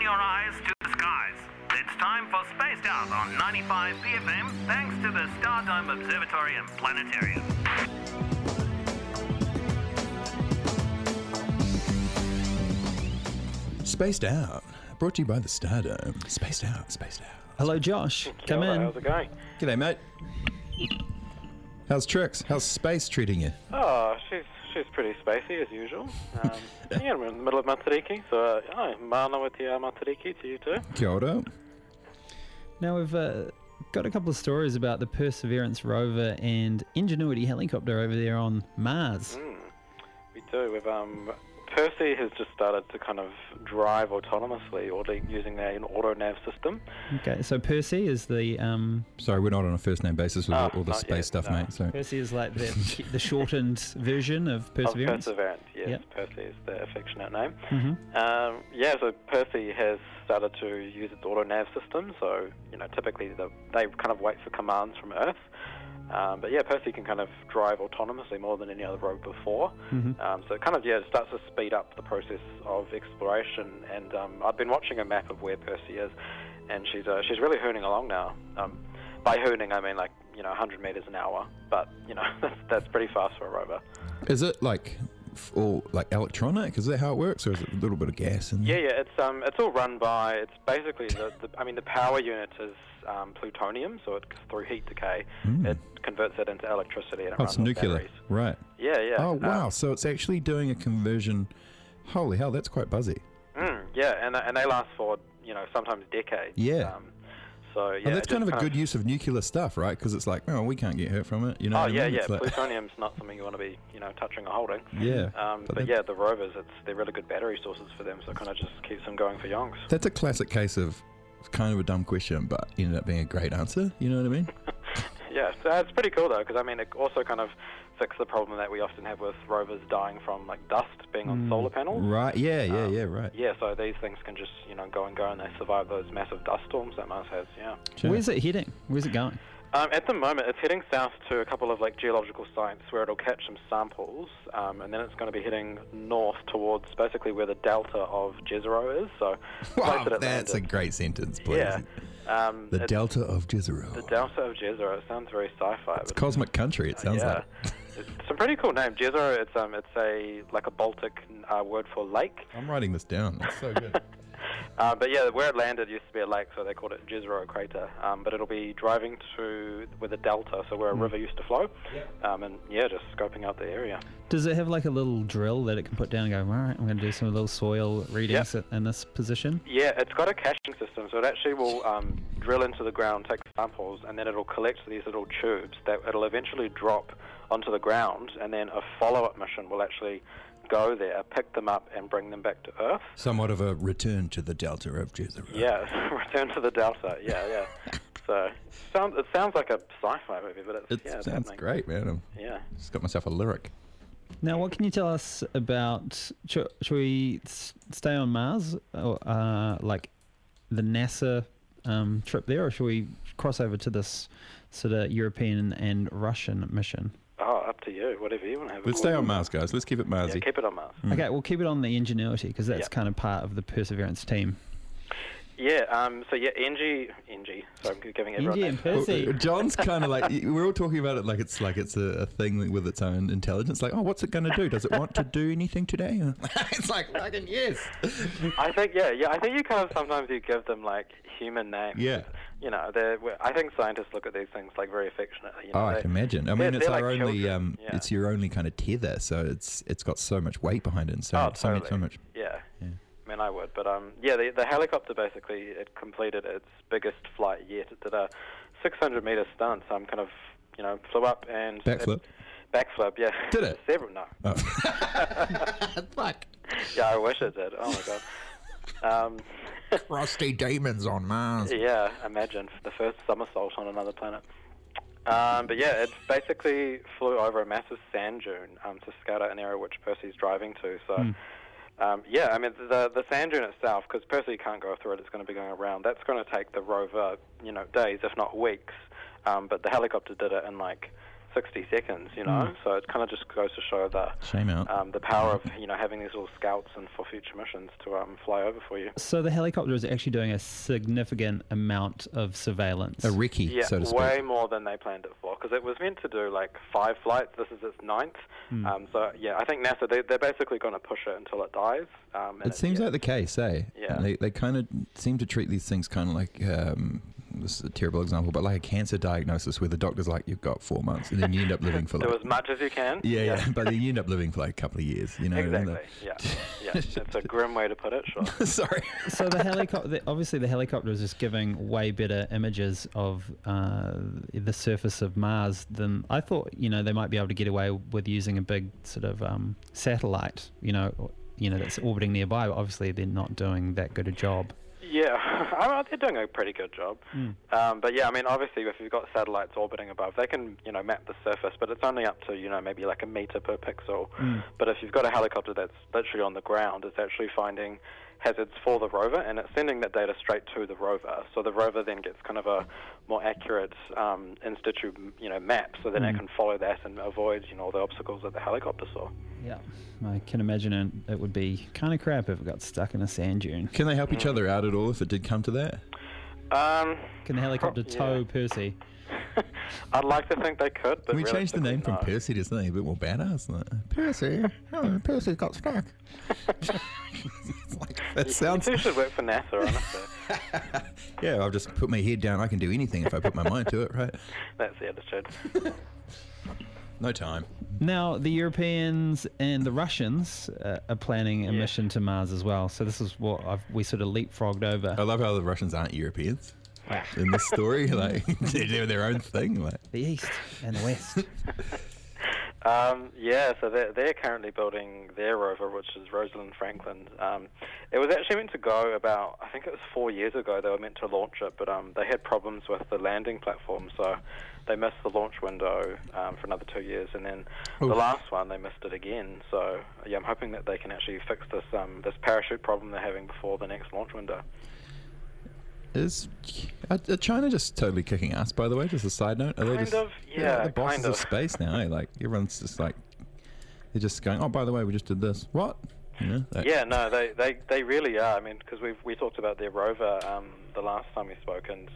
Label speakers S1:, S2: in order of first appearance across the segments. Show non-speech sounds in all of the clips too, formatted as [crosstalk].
S1: your eyes to the skies. It's time for Spaced Out on 95 PFM, thanks to the Stardome Observatory and Planetarium.
S2: Spaced Out, brought to you by the Stardome. Spaced Out, spaced out.
S3: Hello, Josh. Come
S4: Hello,
S3: in.
S4: How's it going?
S2: G'day, mate. How's Trix? How's space treating you?
S4: Oh, she's she's pretty spacey as usual.
S3: [laughs]
S4: Um, yeah, we're in the middle of Matariki, so uh, hi, mana with the Matariki to you too.
S2: Kia ora.
S3: Now we've uh, got a couple of stories about the Perseverance rover and Ingenuity helicopter over there on Mars.
S4: We do. We've um, Percy has just started to kind of drive autonomously, or like using their auto nav system.
S3: Okay, so Percy is the um,
S2: Sorry, we're not on a first name basis with
S4: Ah,
S2: all- all the
S4: not
S2: space
S4: yet,
S2: stuff,
S4: no.
S2: mate. So
S3: Percy is like the [laughs] the shortened version of
S4: Of
S3: Perseverance.
S4: Perseverant, yes.
S3: Yep.
S4: Percy is the affectionate name.
S3: Mhm.
S4: Um, yeah, so Percy has started to use its auto nav system. So you know, typically the, they kind of wait for commands from Earth. Um, but yeah, Percy can kind of drive autonomously more than any other rover before. Um, so it kind of yeah, it starts to speed up the process of exploration. And um, I've been watching a map of where Percy is, and she's uh, she's really hooning along now. Um, by hooning, I mean like you know 100 meters an hour, but you know [laughs] that's, that's pretty fast for a rover.
S2: is it like f- all like electronic? Is that how it works, or is it a little bit of gas? And
S4: Yeah, yeah, it's um, it's all run by. It's basically the, the I mean, the power unit is um, plutonium, so it through heat decay, it converts that into electricity and it
S2: Hmm? oh,
S4: runs
S2: it's
S4: on
S2: nuclear,
S4: batteries.
S2: right?
S4: Yeah, yeah.
S2: Oh
S4: um,
S2: wow! so it's actually doing a conversion. Holy hell, that's quite buzzy.
S4: mm, yeah, and and they last for you know sometimes decades.
S2: Yeah.
S4: Um, so yeah,
S2: Oh, that's
S4: it
S2: kind of
S4: just
S2: a good use of nuclear stuff, right? Because it's like, oh, we can't get hurt from it. You know?
S4: Oh
S2: what I
S4: yeah,
S2: mean?
S4: yeah.
S2: It's like-
S4: Plutonium's not something you want to be, you know, touching or holding.
S2: Yeah,
S4: Um,
S2: but
S4: but
S2: they-
S4: yeah, the rovers, it's they're really good battery sources for them, so it kind of just keeps them going for yonks.
S2: That's a classic case of kind of a dumb question, but ended up being a great answer. You know what I mean?
S4: Yeah, so it's pretty cool though, because I mean, it also kind of fixed the problem that we often have with rovers dying from like dust being
S2: Mm.
S4: on solar panels.
S2: Right? Yeah, yeah,
S4: Um,
S2: yeah. Right.
S4: Yeah, so these things can just you know go and go, and they survive those massive dust storms that Mars has. Yeah.
S2: Sure.
S3: Where's it heading? Where's it going?
S4: Um, at the moment, it's heading south to a couple of like geological sites where it'll catch some samples, um, and then it's going to be heading north towards basically where the delta of Jezero is. So, the
S2: [laughs]
S4: place
S2: Wow,
S4: that it
S2: that's a
S4: landed.
S2: great sentence, please.
S4: yeah. Um,
S2: The
S4: it's-
S2: Delta of
S4: the
S2: Jezero.
S4: delta of Jezero. It sounds very sci-fi.
S2: It's
S4: but-
S2: cosmic country. It sounds
S4: yeah.
S2: like. [laughs]
S4: [laughs] it's a pretty cool name, Jezero. It's um, it's a like a Baltic uh, word for lake.
S2: I'm writing this down. That's so
S4: [laughs]
S2: good.
S4: Uh, but yeah, where it landed used to be a lake, so they called it Jezero Crater. Um, but it'll be driving to with a delta, so where a river used to flow. Um, and yeah, just scoping out the area.
S3: Does it have like a little drill that it can put down and go, all right, I'm going to do some little soil readings in this position?
S4: Yeah, it's got a caching system, so it actually will um, drill into the ground, take samples, and then it'll collect these little tubes that it'll eventually drop onto the ground, and then a follow-up mission will actually go there, pick them up, and bring them back to Earth.
S2: Somewhat of a return to the Delta of Jezero.
S4: Yeah, [laughs] return to the delta. Yeah, yeah. so sounds it sounds like a sci-fi movie, but it's
S2: It
S4: yeah, it's
S2: sounds
S4: happening.
S2: great, man. I've
S4: Yeah.
S2: just got myself a lyric.
S3: Now, what can you tell us about? Should, should we s- stay on Mars, or uh, like the NASA um, trip there, or should we cross over to this sort of European and Russian mission?
S4: Oh, up to you. Whatever you want to have. a
S2: Let's
S4: go
S2: stay on
S4: with.
S2: Mars, guys. Let's keep it
S4: Yeah,
S2: Marsy.
S4: keep it on Mars.
S2: Mm.
S3: Okay, we'll keep it on the Ingenuity because that's
S4: Yeah.
S3: kind of part of the Perseverance team.
S4: Yeah. Um. So yeah, NG, NG. So I'm giving everyone.
S3: Inge and
S4: that.
S2: Well, uh,
S3: Percy.
S2: John's kind of like we're all talking about it like it's like it's a, a thing with its own intelligence. Like, oh, what's it going to do? Does it want to do anything today?
S4: [laughs]
S2: it's like fucking yes.
S4: I think yeah, yeah. I think you kind of sometimes you give them like human names.
S2: [laughs] Yeah.
S4: You know, they're. we're- I think scientists look at these things like very affectionately. You know,
S2: Oh, I
S4: they-
S2: can imagine. I
S4: they're-
S2: mean, it's
S4: they're
S2: our
S4: like
S2: only,
S4: children,
S2: um,
S4: yeah.
S2: it's your only kind of tether, so it's it's got so much weight behind it, and so
S4: Oh,
S2: much- so much, so
S4: totally.
S2: much.
S4: Yeah. I mean, I would, but um, yeah, the, the helicopter basically it completed its biggest flight yet. It did a 600 meter stunt. Um, kind of, you know, flew up and
S2: Backflip?
S4: [laughs] It, backflip, yeah.
S2: Did it?
S4: [laughs] Several, no.
S2: [laughs] Fuck,
S4: Yeah, I wish it did. Oh my
S2: [laughs]
S4: god. Um,
S2: rusty demons on Mars.
S4: yeah, imagine the first somersault on another planet. Um, but yeah, it basically flew over a massive sand dune um, to scout out an area which Percy's driving to. So,
S2: Hmm.
S4: um, yeah, I mean the the sand dune itself, because Percy can't go through it, it's going to be going around. That's going to take the rover, you know, days if not weeks. Um, but the helicopter did it in like 60 seconds, you know. So it kind of just goes to show the
S2: Hmm. Shame out.
S4: um, the power
S2: [laughs]
S4: of you know having these little scouts and for future missions to um, fly over for you.
S3: So the helicopter is actually doing a significant amount of surveillance.
S2: a recce,
S4: Yeah,
S2: so to speak.
S4: way more than they planned it for because it was meant to do like five flights. This is its ninth.
S2: Hmm.
S4: Um, so yeah, I think NASA they, they're basically going to push it until it dies. Um, and
S2: It seems
S4: yeah.
S2: like the case, eh?
S4: Yeah.
S2: They, they kind of seem to treat these things kind of like um, this is a terrible example, but like a cancer diagnosis where the doctor's like, you've got four months, and then you end up living
S4: [laughs]
S2: for like.
S4: do as much as you can.
S2: yeah, yeah, but then you end up living for like a couple of years, you know? and
S4: Exactly.
S2: the-
S4: Yeah. Yeah.
S2: [laughs]
S4: It's a grim way to put it. Sure.
S2: Sorry.
S3: so the helicopter, obviously, the helicopter is just giving way better images of uh, the surface of Mars than I thought. You know, they might be able to get away with using a big sort of um, satellite. You know, or- you know that's orbiting nearby. But obviously, they're not doing that good a job.
S4: Yeah, [laughs] I mean, they're doing a pretty good job.
S2: Hmm.
S4: Um, but yeah, I mean, obviously, if you've got satellites orbiting above, they can, you know, map the surface, but it's only up to, you know, maybe like a meter per pixel.
S2: Hmm.
S4: But if you've got a helicopter that's literally on the ground, it's actually finding hazards for the rover and it's sending that data straight to the rover. So the rover then gets kind of a more accurate um, in situ, you know, map so then
S2: Hmm.
S4: it can follow that and avoid, you know, all the obstacles that the helicopter saw.
S3: Yeah, I can imagine it, it would be kind of crap if it got stuck in a sand dune. [laughs]
S2: Can they help
S4: Mm.
S2: each other out at all if it did come to that?
S4: Um,
S3: Can the helicopter
S4: [laughs] yeah.
S3: tow Percy?
S4: I'd like to think they could, but
S2: Can we change the name from
S4: realistically, no.
S2: Percy to something a bit more badass than that? Percy?
S4: [laughs]
S2: Oh, Percy got stuck. [laughs] It's like,
S4: [laughs]
S2: that sounds.
S4: You two should work for NASA, honestly. [laughs]
S2: Yeah, I've just put my head down. I can do anything if I put my mind to it, right?
S4: That's the attitude.
S2: No time.
S3: Now, the Europeans and the Russians uh, are planning a
S4: Yeah.
S3: mission to Mars as well. So this is what I've, we sort of leapfrogged over.
S2: I love how the Russians aren't Europeans
S4: Ah.
S2: in
S4: [laughs]
S2: this story. Like they do their own thing. Like
S3: The East and the West.
S2: [laughs]
S4: Um, yeah, so they're, they're currently building their rover, which is Rosalind Franklin. Um, it was actually meant to go about, I think it was four years ago, they were meant to launch it, but um, they had problems with the landing platform, so they missed the launch window um, for another two years, and then the
S2: Oof.
S4: last one, they missed it again. So, yeah, I'm hoping that they can actually fix this, um, this parachute problem they're having before the next launch window.
S2: is are, are China just totally kicking ass? By the way, just a side note. Are they
S4: Kind
S2: just,
S4: of, yeah,
S2: the bosses
S4: kind
S2: of.
S4: of.
S2: space now. Eh? Like everyone's just like they're just going. Oh, by the way, we just did this. What? You know, like-
S4: Yeah, no, they, they, they really are. I mean, because we we talked about their rover um, the last time we spoke, and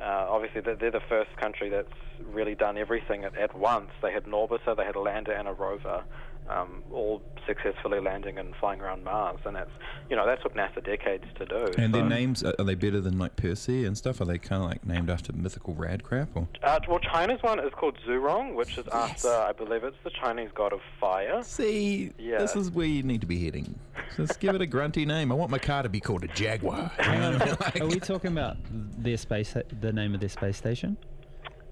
S4: uh, obviously they're, they're the first country that's really done everything at, at once. They had an orbiter, they had a lander, and a rover, um, all successfully landing and flying around Mars, and that's you know that took NASA decades to do.
S2: And their
S4: so-
S2: names are, are they better than like Percy and stuff? Are they kind of like named after mythical rad crap? Or
S4: Uh, well, China's one is called Zhurong, which is after I believe it's the Chinese god of fire.
S2: see,
S4: Yeah.
S2: this is where you need to be heading. Just give it a grunty name. I want my car to be called a Jaguar. you know?
S4: [laughs]
S2: Like-
S3: [laughs] Are we talking about their space, the name of their space station?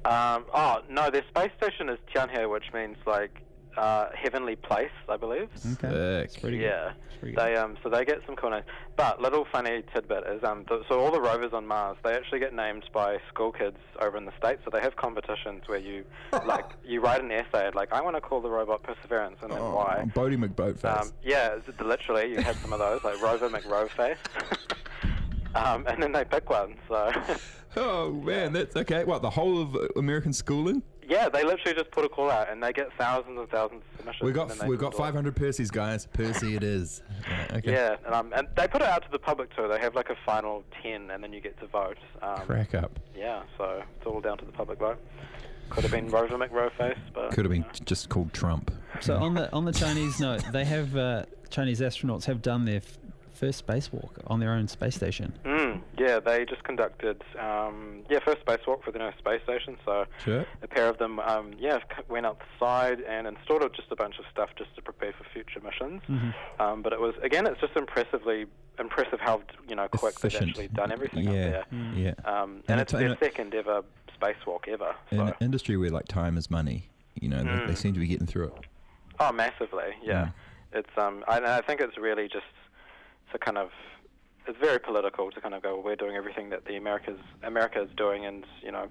S4: Um, oh no, their space station is Tianhe, which means like uh, heavenly place, I believe.
S3: It's
S2: Sick.
S3: pretty good.
S4: Yeah,
S3: pretty
S4: they um, so they get some cool names. But little funny tidbit is um, th- so all the rovers on Mars they actually get named by school kids over in the states. So they have competitions
S2: [laughs]
S4: where you like you write an essay like I want to call the robot Perseverance and then
S2: Oh,
S4: why.
S2: Bodie McBoatface.
S4: Um, yeah, it's- literally you had some of those like Rover McRoveface. [laughs] Um, and then they pick one, so [laughs]
S2: Oh man, that's okay. What the whole of uh, American schooling?
S4: yeah, they literally just put a call out, and they get thousands and thousands of submissions.
S2: We
S4: and
S2: got
S4: then they
S2: we got
S4: just do it.
S2: 500 Percy's guys. Percy it is. Right, okay.
S4: Yeah, and, um, and they put it out to the public too. They have like a final ten, and then you get to vote. Um,
S2: Crack up.
S4: Yeah, so it's all down to the public vote. Could have been Rover McRoveface, but
S2: Could have been
S4: you know.
S2: j- just called Trump.
S3: So on the on the Chinese note, they have uh, Chinese astronauts have done their f- first spacewalk on their own space station.
S4: Mm, yeah, they just conducted um, yeah first spacewalk for the International Space Station. So
S2: Sure.
S4: a pair of them um, yeah c- went outside and installed just a bunch of stuff just to prepare for future missions.
S2: Mm-hmm.
S4: Um, but it was again, it's just impressively impressive how you know quick
S2: Efficient.
S4: they've actually done everything up
S2: Yeah.
S4: there.
S2: Yeah.
S4: Um,
S2: And
S4: and,
S2: a
S4: it's
S2: ti-
S4: their
S2: and a-
S4: second ever spacewalk ever.
S2: In
S4: So.
S2: an industry where like time is money, you know, they, they seem to be getting through it.
S4: Oh, massively. Yeah, it's um, I, and I think it's really just to kind of it's very political to kind of go. We're doing everything that the Americas America is doing, and you know,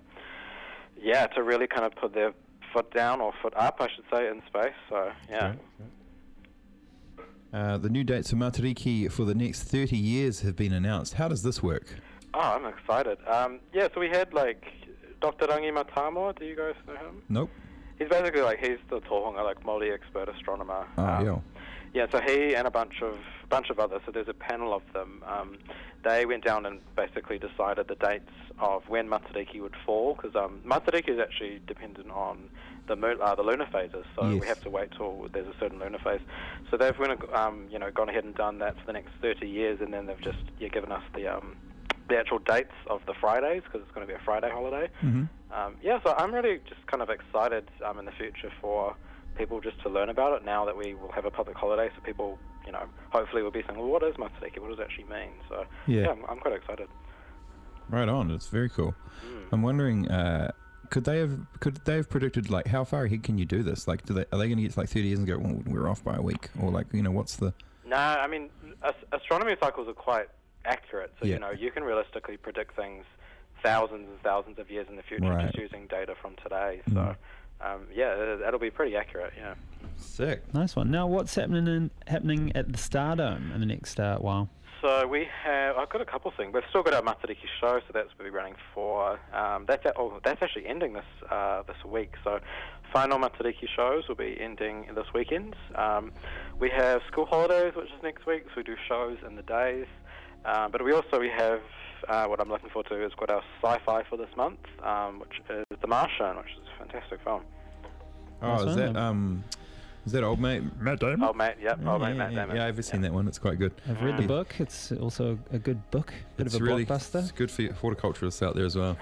S4: yeah, to really kind of put their foot down or foot up, I should say, in space. So yeah.
S2: Uh, the new dates for Matariki for the next 30 years have been announced. How does this work?
S4: Oh, I'm excited. Um, yeah, so we had like Dr. Rangi Matamo. Do you guys know him?
S2: Nope.
S4: He's basically like he's the Tohunga, like Maori expert astronomer.
S2: Oh,
S4: Um,
S2: yeah.
S4: Yeah, so he and a bunch of bunch of others. So there's a panel of them. Um, they went down and basically decided the dates of when Matariki would fall, because um, Matariki is actually dependent on the moon, uh, the lunar phases. So
S2: Yes.
S4: we have to wait till there's a certain lunar phase. So they've went, um, you know, gone ahead and done that for the next 30 years, and then they've just yeah, given us the um, the actual dates of the Fridays, because it's going to be a Friday holiday.
S2: Mhm.
S4: Um, yeah, so I'm really just kind of excited um, in the future for people just to learn about it now that we will have a public holiday. So people, you know, hopefully will be saying, well, what is Matsuriki? What does it actually mean? So
S3: Yeah.
S4: yeah, I'm, I'm quite excited.
S2: Right on. It's very cool.
S4: Hmm.
S2: I'm wondering, uh, could they have could they have predicted like how far ahead can you do this? Like, do they are they going to get to like 30 years and go, well, we're off by a week, or like you know what's the
S4: No, I mean, as- astronomy cycles are quite accurate. So,
S2: Yeah.
S4: you know, you can realistically predict things thousands and thousands of years in the future
S2: Right. Mm-hmm.
S4: just using data from today. So, um, yeah, it- that'll be pretty accurate, yeah.
S2: sick?
S3: Nice one. Now, what's happening in, happening at the Stardome in the next uh, while?
S4: So we have. I've got a couple things. We've still got our Matariki show, so that's we'll be running for. Um, that's at, oh, that's actually ending this uh, this week. So final Matariki shows will be ending this weekend. Um, we have school holidays, which is next week, so we do shows in the days. Uh, but we also we have uh, what I'm looking forward to is got our sci-fi for this month, um, which is The Martian, which is a fantastic film.
S2: Oh,
S3: Nice
S2: is
S3: one.
S2: that um, is that old mate Matt Damon?
S4: Oh, Matt, yep, oh, Matt,
S2: Hmm? yeah,
S4: Matt
S2: yeah,
S4: Damon.
S2: yeah, I've seen that one. It's quite good.
S3: I've read the
S2: Yeah.
S3: book. It's also a good book. Bit
S2: Mm. It's
S3: of a
S2: really it's
S3: blockbuster.
S2: good for your horticulturists out there as
S4: [laughs]
S2: well.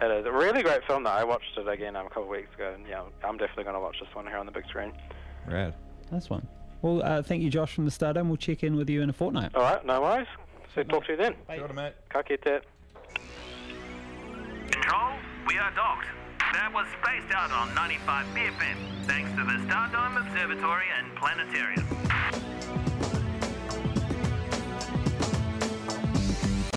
S4: It is a really great film, though. I watched it again um, a couple of weeks ago, and yeah, I'm definitely going to watch this one here on the big screen.
S2: Rad.
S3: Nice one. Well, uh, thank you, Josh, from the Stardome. We'll check in with you in a fortnight.
S4: All right, no worries. So talk to you then.
S2: Kia ora, mate.
S4: Ka kite.
S1: Control, we are docked. That was spaced out on 95 BFM, thanks to the Stardome Observatory and Planetarium.